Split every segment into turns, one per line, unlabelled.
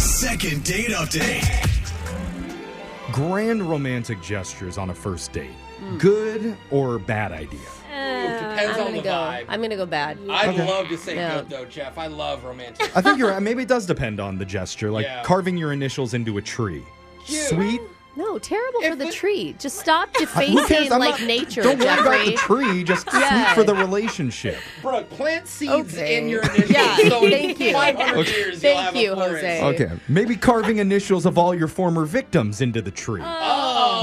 Second date update.
Grand romantic gestures on a first date.
Hmm.
Good or bad idea?
Depends
I'm
on
gonna
the
go.
vibe.
I'm gonna go bad.
I'd love to say
No.
good though, Jeff. I love romantic.
I think you're right. Maybe it does depend on the gesture, like
Yeah.
carving your initials into a tree.
Cute.
Sweet.
No, terrible for
If
the
it-
tree. Just stop defacing
Who cares? I'm
like
not-
nature,
Don't worry about
Jeffrey.
the tree. Just sweet
Yeah.
for the relationship.
Bro, plant seeds
Okay.
in your initials.
Yeah,
so in
thank you.
500 years,
Thank
you'll have
you,
a florist.
Jose.
Okay. Maybe carving initials of all your former victims into the tree.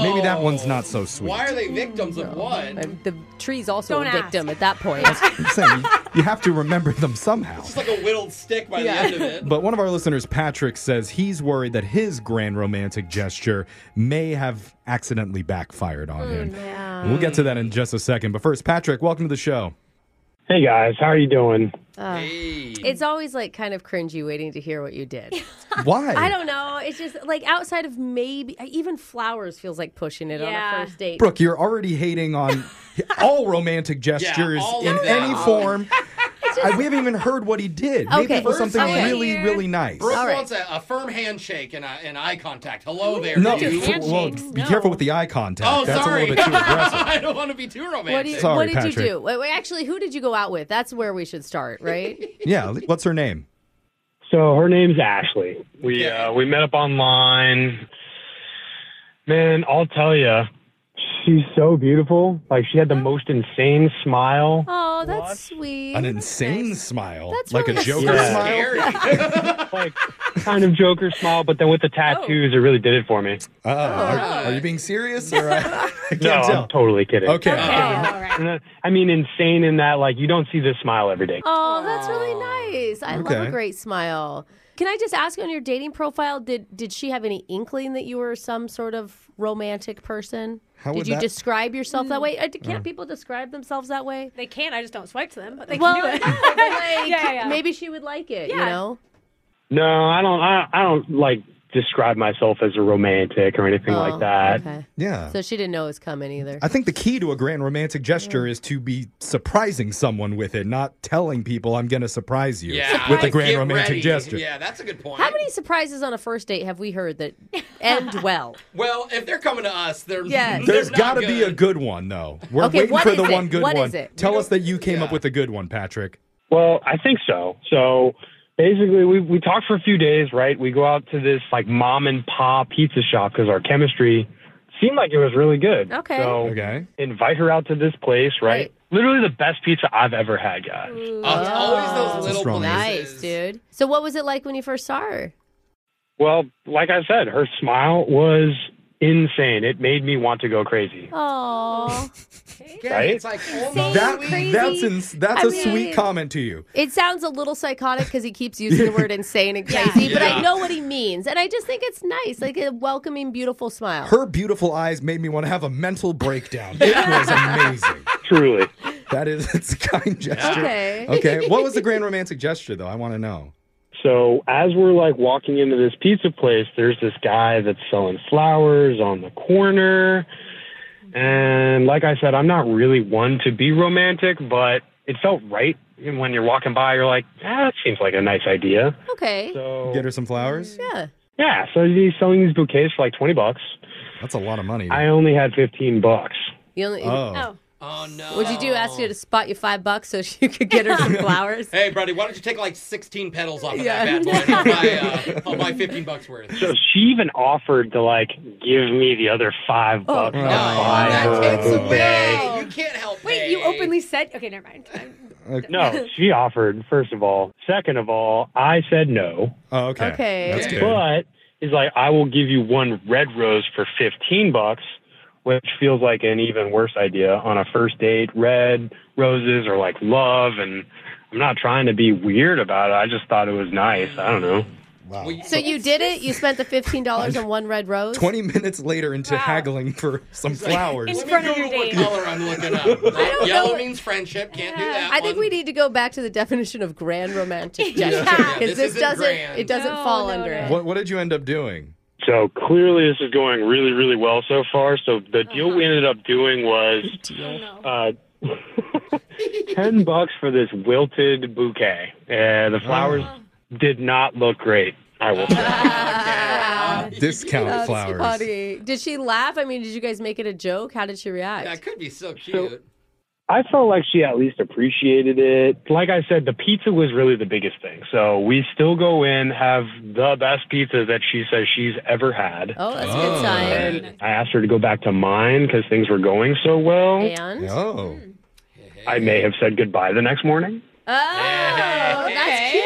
Oh.
Maybe that one's not so sweet.
Why are they victims of what?
Uh, The tree's also
Don't
a
ask.
victim at that point.
I'm saying you have to remember them somehow.
It's like a whittled stick by
Yeah.
the end of it.
But one of our listeners, Patrick, says he's worried that his grand romantic gesture may have accidentally backfired on him. We'll get to that in just a second. But first, Patrick, welcome to the show.
Hey guys, how are you doing?
Hey.
It's always like kind of cringy waiting to hear what you did.
Why?
I don't know. It's just like outside of maybe even flowers feels like pushing it on
Yeah.
a first date.
Brooke, you're already hating on all romantic gestures
all
in
of them.
any form. I- we haven't even heard what he did. Maybe
Okay.
it was something
First one
really,
here.
really nice.
Brooke
All right.
wants a, a firm handshake and, a, and eye contact. Hello there.
No,
dude.
Just
f- well,
handshakes.
be
No.
careful with the eye contact.
Oh,
That's
sorry.
a little bit too aggressive.
I don't want to be too romantic.
What, do you,
Sorry,
what did
Patrick.
you do? Wait, wait, actually, who did you go out with? That's where we should start, right?
Yeah, what's her name?
So her name's Ashley. We
Okay.
uh, we met up online. Man, I'll tell you, she's so beautiful. Like she had the most insane smile.
oh, that's sweet.
An insane smile.
That's
like a
really
Joker
Yeah.
smile.
Scary.
Like kind of Joker smile, but then with
Oh.
the tattoos, it really did it for me.
Uh,
Oh,
are, are you being serious? Or I, I can't
No,
tell.
I'm totally kidding.
Okay.
Uh-huh.
all right.
And then- I mean, insane in that like you don't see this smile every day.
Oh, that's really nice. I love
Okay.
a great smile. Can I just ask on your dating profile, did did she have any inkling that you were some sort of romantic person?
How would
did you
that- Mm.
describe yourself that way? Uh, d- Can't people describe themselves that way?
They can. I just don't swipe to them, but they
Well,
can do it.
like,
Yeah, yeah.
maybe she would like it, you
Yeah.
know?
No, I don't. I, I don't like describe myself as a romantic or anything
Oh,
like that.
Okay.
Yeah.
So she didn't know it was coming either.
I think the key to a grand romantic gesture is to be surprising someone with it, not telling people I'm going to surprise you
Yeah.
with a grand
Get
romantic
ready.
gesture.
Yeah, that's a good point.
How many surprises on a first date have we heard that end well?
Well, if they're coming to us, they're
Yes.
they're
There's
not
got to
good.
be a good one, though. We're
Okay,
waiting
what
for
is
the
it?
one good
What
one.
is it?
Tell us that you came up
Yeah.
with a good one, Patrick.
Well, I think so. So basically, we we talked for a few days, right? We go out to this like mom and pop pizza shop because our chemistry seemed like it was really good.
Okay.
So
Okay.
invite her out to this place, right?
Right.
Literally the best pizza I've ever had, guys.
Oh, it's always
Oh.
those little
Strong.
places.
Nice, dude. So what was it like when you first saw her?
Well, like I said, her smile was insane. It made me want to go crazy.
Oh.
Yeah,
Right?
It's like oh almost
That,
crazy.
that's ins that's
I
a
mean-
sweet comment to you.
It sounds a little psychotic because he keeps using the word insane and crazy, but
Yeah.
I know what he means. And I just think it's nice, like a welcoming, beautiful smile.
Her beautiful eyes made me want to have a mental breakdown. It was amazing.
Truly.
That is its a kind gesture.
Okay.
Okay. What was the grand romantic gesture, though? I want to know.
So as we're like walking into this pizza place, there's this guy that's selling flowers on the corner. And like I said, I'm not really one to be romantic, but it felt right. And when you're walking by, you're like, ah, that seems like a nice idea.
Okay.
So
Get her some flowers.
yeah.
yeah, so he's selling these bouquets for like 20 bucks.
That's a lot of money.
I only had 15 bucks.
You only,
oh.
Oh,
Oh no.
What'd you do? Ask her to spot you five bucks so she could get her some flowers?
Hey, buddy, why don't you take like 16 petals off of
Yeah.
that bad boy and I'll buy, uh, I'll buy 15 bucks worth.
So she even offered to like give me the other five bucks. to
Oh, No,
buy her
that takes
a bouquet.
away. You can't help
wait,
pay.
you openly said. Okay, never mind. I'm-
No, she offered, first of all. Second of all, I said no.
Oh, okay.
Okay.
That's good.
But he's like, I will give you one red rose for 15 bucks, which feels like an even worse idea on a first date. Red roses are like love, and I'm not trying to be weird about it. I just thought it was nice. I don't know.
Wow.
We-
So you did it? You spent the $15 on one red rose?
20 minutes later into haggling for some flowers.
It's-
Let me
front of
Google
your
what
date.
color I'm looking up. Yellow means friendship. Can't do that.
I think
one.
we need to go back to the definition of grand romantic
Yeah.
gesture because
Yeah, this
this
isn't
doesn't
grand.
it doesn't
No,
fall
no,
under
no.
it.
what, what did you end up doing?
So clearly, this is going really, really well so far. So the deal we ended up doing was
Eh.
oh, no.
uh, 10 bucks for this wilted bouquet. Uh, the flowers did not look great. I will.
Discount
That's
flowers.
funny. Did she laugh? I mean, did you guys make it a joke? How did she react?
That could be so cute.
I felt like she at least appreciated it. Like I said, the pizza was really the biggest thing. So we still go in, have the best pizza that she says she's ever had.
Oh, that's a good sign.
And I asked her to go back to mine because things were going so well.
And
Oh.
Hmm.
I may have said goodbye the next morning.
oh, that's
Hey,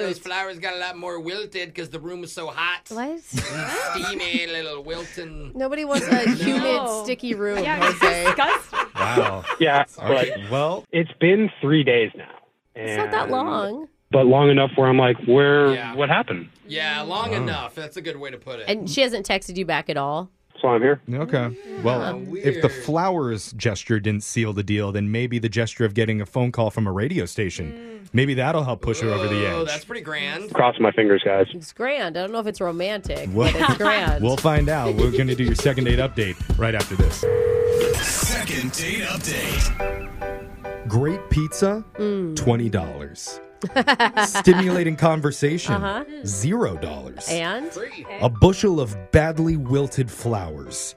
those
cute.
flowers got a lot more wilted because the room was so hot.
What?
Steamy little wilting.
Nobody wants a humid,
No.
sticky room.
Yeah, it's
Jose.
disgusting.
Wow.
Yeah,
Okay. Well,
but it's been three days now.
It's not that
And-
long.
But long enough where I'm like, where,
Yeah.
what happened?
Yeah, long enough. That's a good way to put it.
Mm. And she hasn't texted you back at all.
So I'm here.
okay. Well,
Weird.
if the flowers gesture didn't seal the deal, then maybe the gesture of getting a phone call from a radio
Hmm.
station, maybe that'll help push her over the
Oh,
edge.
that's pretty grand.
Crossing my fingers, guys.
It's grand. I don't know if it's romantic,
Well-
but it's grand.
We'll find out. We're going to do your second date update right after this.
Second date update.
Great pizza, $20. Stimulating conversation, $0.
and
Free.
A bushel of badly wilted flowers.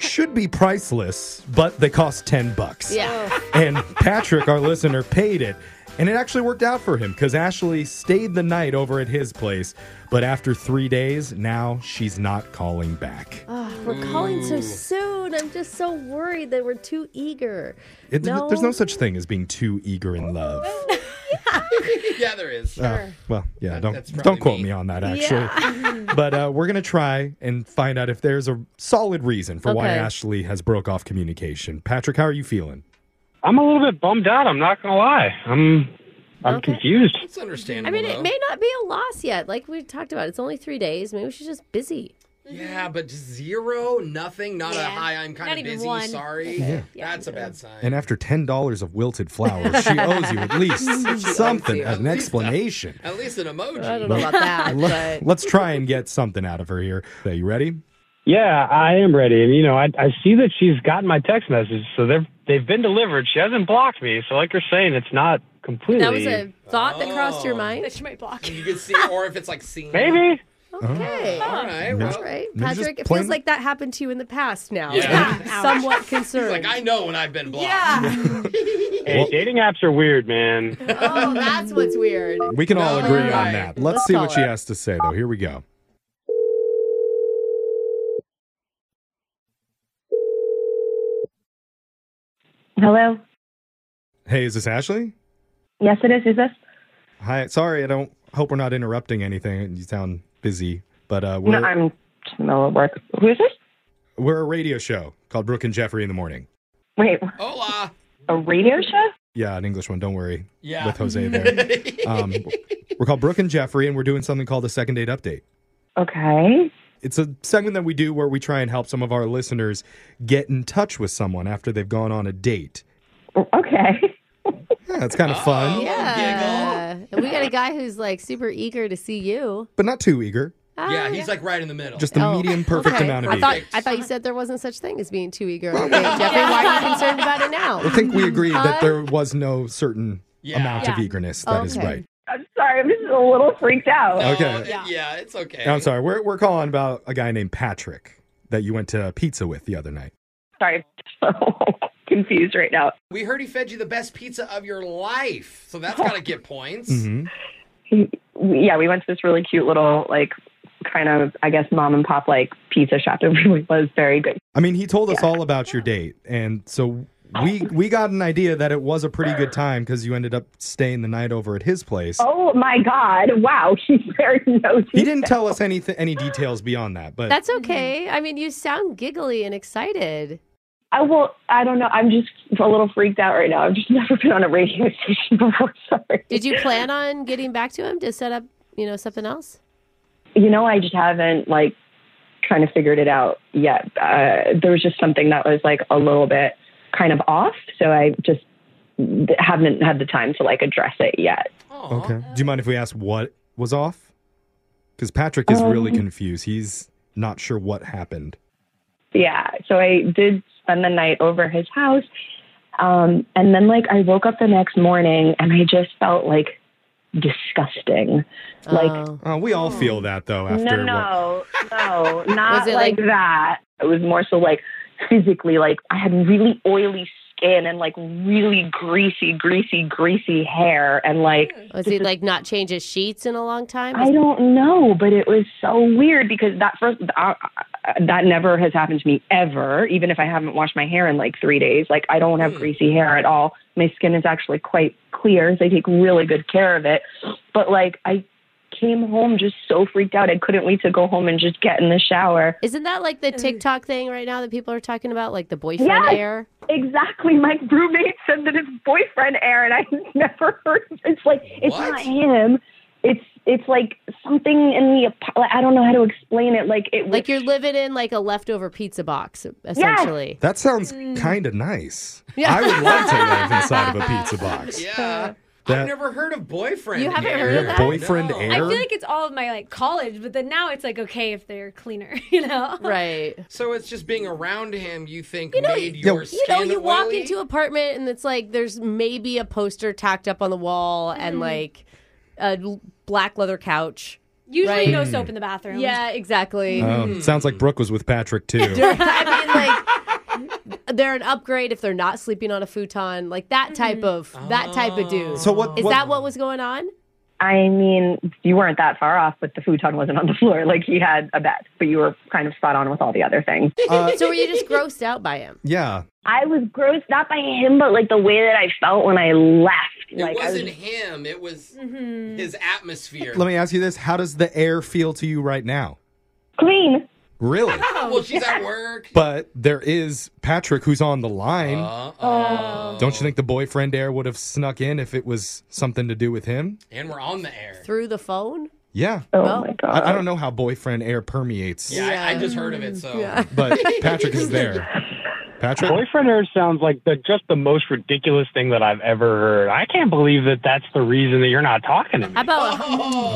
Should be priceless, but they cost 10 bucks.
yeah,
And Patrick, our listener, paid it. And it actually worked out for him because Ashley stayed the night over at his place. But after three days, now she's not calling back.
Ugh, we're calling so soon. I'm just so worried that we're too eager.
It- There's no such thing as being too eager in love.
Yeah, there is.
Uh, well, yeah,
that's
don't
probably
don't quote me.
me.
on that actually. but uh, we're gonna try and find out if there's a solid reason for why
Okay.
Ashley has broke off communication. Patrick, how are you feeling?
I'm a little bit bummed out. I'm not going to lie. I'm, I'm confused.
It's
I
understandable.
mean,
though.
it may not be a loss yet. Like we talked about, it's only three days. Maybe she's just busy. Mm-hmm.
Yeah, but just zero, nothing, not a
Yeah.
hi, I'm kind of
Not even
busy,
one.
sorry. That's a bad sign.
And after ten dollars of wilted flowers, she owes you at least something,
you at
an
least
explanation.
At least an emoji.
I don't know about that, but
Let's try and get something out of her here. Are you ready?
Yeah, I am ready. And, you know, I, I see that she's gotten my text message, so they've, they've been delivered. She hasn't blocked me. So, like you're saying, it's not completely.
that was a thought that crossed your mind.
That she might block.
You can see, or if it's like seen.
Maybe.
Okay.
Oh.
All right, well,
Right,
Maybe just
Patrick. It
plain-
feels like that happened to you in the past. Now,
Yeah.
I'm somewhat concerned.
like I know when I've been blocked.
Hey, dating apps are weird, man.
oh, that's what's weird.
We can all agree on
Right.
that. Let's,
Let's
see
call
what she
her.
has to say though. Here we go.
Hello.
Hey, is this Ashley?
Yes, it is. Is this?
Hi. Sorry, I don't hope we're not interrupting anything. You sound busy, but uh,
No,
we're
I'm just in the middle of work. Who is this?
We're a radio show called Brooke and Jeffrey in the Morning.
Wait,
Hola.
a radio show?
Yeah, an English one. Don't worry.
Yeah.
With Jose there. um, we're called Brooke and Jeffrey, and we're doing something called the Second Date Update.
Okay.
It's a segment that we do where we try and help some of our listeners get in touch with someone after they've gone on a date.
Okay.
Yeah, it's
Oh.
kind of fun,
Yeah. And we got a guy who's like super eager to see you.
but not too eager.
yeah, he's like right in the middle.
Just the
Oh,
medium perfect
okay.
amount of
Uh, I
eager.
thought I thought you said there wasn't such thing as being too eager. Okay, Jeffrey, why are you concerned about it
I
now?
think we agreed
Uh,
that there was no certain
Yeah.
amount of eagerness. That is
Okay.
right.
I'm sorry. I'm just a little freaked out.
Oh,
okay.
Yeah. it's okay.
I'm sorry. We're, we're calling about a guy named Patrick that you went to pizza with the other night.
Sorry. I'm so confused right now.
We heard he fed you the best pizza of your life, so that's gotta get points.
Mm-hmm.
Yeah, we went to this really cute little, like, kind of, I guess, mom and pop, like, pizza shop. It really was very good.
I mean, he told us all about your date, and so we we got an idea that it was a pretty good time because you ended up staying the night over at his place.
Oh, my God. Wow. She's very nosy.
He didn't tell us anything, any details beyond that, but
That's okay. I mean, you sound giggly and excited.
I will, I don't know. I'm just a little freaked out right now. I've just never been on a radio station before. Sorry.
Did you plan on getting back to him to set up, you know, something else?
you know, I just haven't like kind of figured it out yet. Uh, there was just something that was like a little bit kind of off, so I just haven't had the time to like address it yet.
Aw.
okay. Do you mind if we ask what was off? Because Patrick is really
Um.
confused. He's not sure what happened.
Yeah, so I did spend the night over his house, um, and then like I woke up the next morning and I just felt like disgusting. Like
Oh.
Oh, we all feel that though. After
Hmm. no,
what-
no, no, not
Was it
like,
like-
that. It was more so like physically, like I had really oily skin and like really greasy, greasy, greasy hair, and like
Was he like not change his sheets in a long time?
I don't know, but it was so weird because that first uh, that never has happened to me ever. Even if I haven't washed my hair in like three days, like I don't have
Hmm.
greasy hair at all. My skin is actually quite clear. So I take really good care of it. But like I came home just so freaked out, I couldn't wait to go home and just get in the shower.
Isn't that like
Uh,
the TikTok thing right now that people are talking about, like the boyfriend
Yes.
air?
Exactly, my roommate said that it's boyfriend air, and I've never heard. It's like it's
What?
not him. It's it's like something in the ap- I don't know how to explain it. Like it was
Like you're living in like a leftover pizza box, essentially.
That sounds
Hmm.
kind of nice. I would love to live inside of a pizza box.
Yeah.
That-
I've never heard of boyfriend.
You haven't
air.
heard of Yeah, that?
boyfriend
No.
air?
I feel like it's all of my like college, but then now it's like okay if they're cleaner, you know.
Right.
So it's just being around him. You think made your
you
You
skin
know, you walk
oily?
into an apartment and it's like there's maybe a poster tacked up on the wall and like a l- black leather couch.
Usually
Right.
no soap in the bathroom.
Yeah, exactly.
Hmm.
Um, sounds like Brooke was with Patrick too.
I mean, like they're an upgrade if they're not sleeping on a futon, like that type of that type of dude.
So what-
is
what-
that? What was going on?
I mean, you weren't that far off, but the futon wasn't on the floor. Like he had a bed, but you were kind of spot on with all the other things.
So were you just grossed out by him?
yeah.
I was grossed not by him, but like the way that I felt when I left.
It
like I
wasn't
was,
him. It was
Mm-hmm.
his atmosphere.
Let me ask you this: How does the air feel to you right now?
clean.
Really?
Oh, well, she's at work.
But there is Patrick who's on the line.
Oh.
Uh-oh.
Don't you think the boyfriend air would have snuck in if it was something to do with him?
And we're on the air.
Through the phone?
Yeah.
Oh
Well,
my god!
I, I don't know how boyfriend air permeates,
Yeah, I, I
Yeah.
just heard of it. So
but Patrick is there. Patrick?
Boyfriend air sounds like the just the most ridiculous thing that I've ever heard. I can't believe that that's the reason that you're not talking to me.
How about
That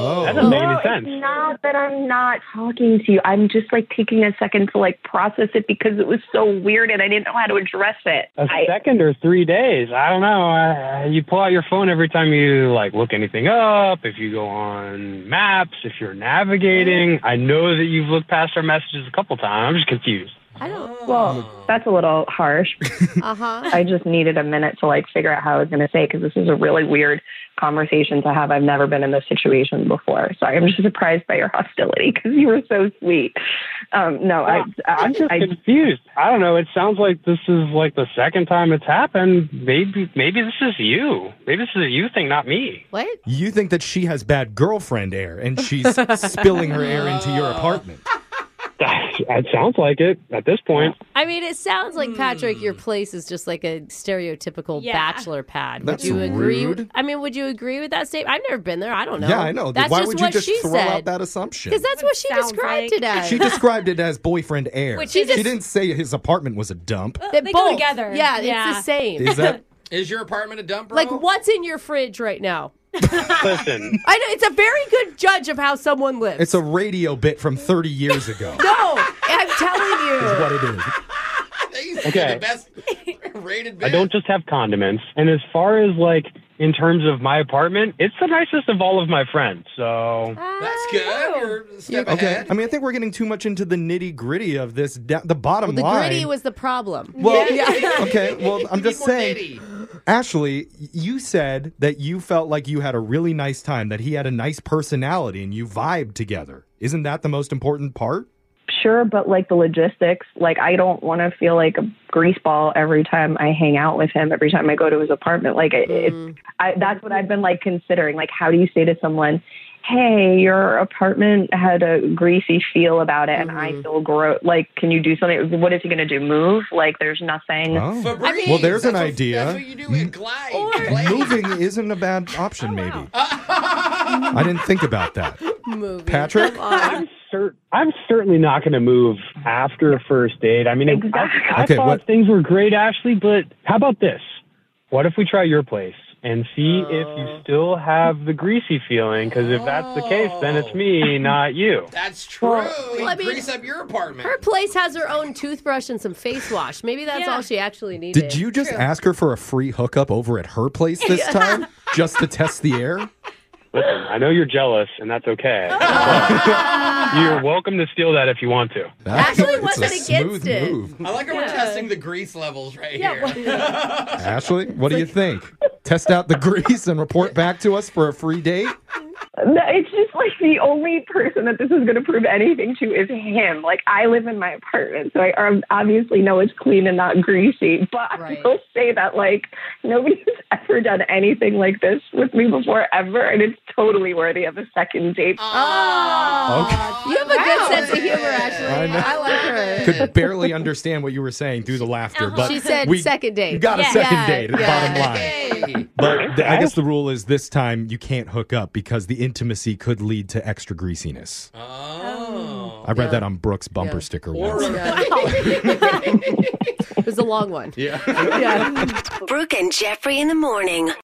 Oh.
doesn't make
No,
any sense.
it's not that I'm not talking to you. I'm just like taking a second to like process it because it was so weird and I didn't know how to address it.
A
I,
second or three days. I don't know. I, you pull out your phone every time you like look anything up. If you go on maps, if you're navigating, I know that you've looked past our messages a couple times. I'm just confused.
I don't?
well, that's a little harsh.
Uh
Uh-huh.
huh.
I just needed a minute to like figure out how I was going to say because this is a really weird conversation to have. I've never been in this situation before. Sorry, I'm just surprised by your hostility because you were so sweet. Um, no, I,
I'm just
I,
confused. I don't know. It sounds like this is like the second time it's happened. Maybe maybe this is you. Maybe this is a you thing, not me.
What?
You think that she has bad girlfriend air and she's spilling her air into your apartment.
it sounds like it at this point.
I mean, it sounds like Patrick.
Hmm.
Your place is just like a stereotypical
Yeah.
bachelor pad.
That's
would you agree?
rude.
I mean, would you agree with that statement? I've never been there. I don't know.
Yeah, I know.
That's
Why
just
would you
what
just
she
throw out
said.
that assumption?
Because that's what she
Sounds
described
like-
it as.
She described it as boyfriend air.
Which
she
is-
didn't say his apartment was a dump.
That
They go together.
Yeah, it's
Yeah. Oh.
the same.
Is that
is your apartment a dump? bro?
Like, what's in your fridge right now?
Listen,
I know it's a very good judge of how someone lives.
it's a radio bit from 30 years ago.
no, I'm telling you.
what it is.
That used to
Okay.
be the best rated.
I don't just have condiments. And as far as like in terms of my apartment, it's the nicest of all of my friends. So
That's good. You're a step
Okay.
ahead.
I mean, I think we're getting too much into the nitty gritty of this. Da- the bottom
The
line.
gritty was the problem.
Well, okay. Well, I'm
You
just
need more
saying,
nitty.
Ashley, you said that you felt like you had a really nice time, that he had a nice personality, and you vibed together. Isn't that the most important part?
sure, but like the logistics, like I don't want to feel like a grease ball every time I hang out with him, every time I go to his apartment. Like it, it's I, that's what I've been like considering. Like, how do you say to someone, "Hey, your apartment had a greasy feel about it, and I feel gross." Like, can you do something? What is he going to do? Move? Like, there's nothing.
Oh.
Febreze,
well, there's an
that's what-
idea. Mm-hmm.
That's what you do. And glide. glide.
Moving isn't a bad option, maybe. I didn't think about that.
Movie.
Patrick?
I'm cer- I'm certainly not going to move after a first date. I mean, it- I, I
Okay,
thought
what-
things were great, Ashley. But how about this? What if we try your place and see if you still have the greasy feeling? Because if that's the case, then it's me, not you.
That's true.
I mean-
Grease up your apartment.
Her place has her own toothbrush and some face wash. Maybe that's
Yeah.
all she actually needed.
Did you just ask her for a free hookup over at her place this time just to test the air?
Listen, I know you're jealous, and that's okay. you're welcome to steal that if you want to.
Ashley
It's a
wasn't
smooth
against it.
move.
I like how we're
Yeah.
testing the grease levels right here.
Ashley, what do you think? Test out the grease and report back to us for a free date?
No, It's just like the only person that this is going to prove anything to is him. Like I live in my apartment, so I um, obviously know it's clean and not greasy. But
Right.
I will say that like nobody's ever done anything like this with me before ever, and it's totally worthy of a second date.
Okay.
Ah. You have a good
Wow.
sense of humor, Ashley.
I know.
I like her.
Could barely understand what you were saying through the laughter, but
Uh-huh. She said
we
second date.
you got a
Yeah.
second
Yeah,
date.
yeah.
Bottom line.
Hey.
But th- I guess the rule is this time you can't hook up because the intimacy could lead to extra greasiness.
Oh.
I read that on Brooks' bumper
Yeah.
sticker
Or
once.
a
It was a long one.
Brooke and Jeffrey in the morning.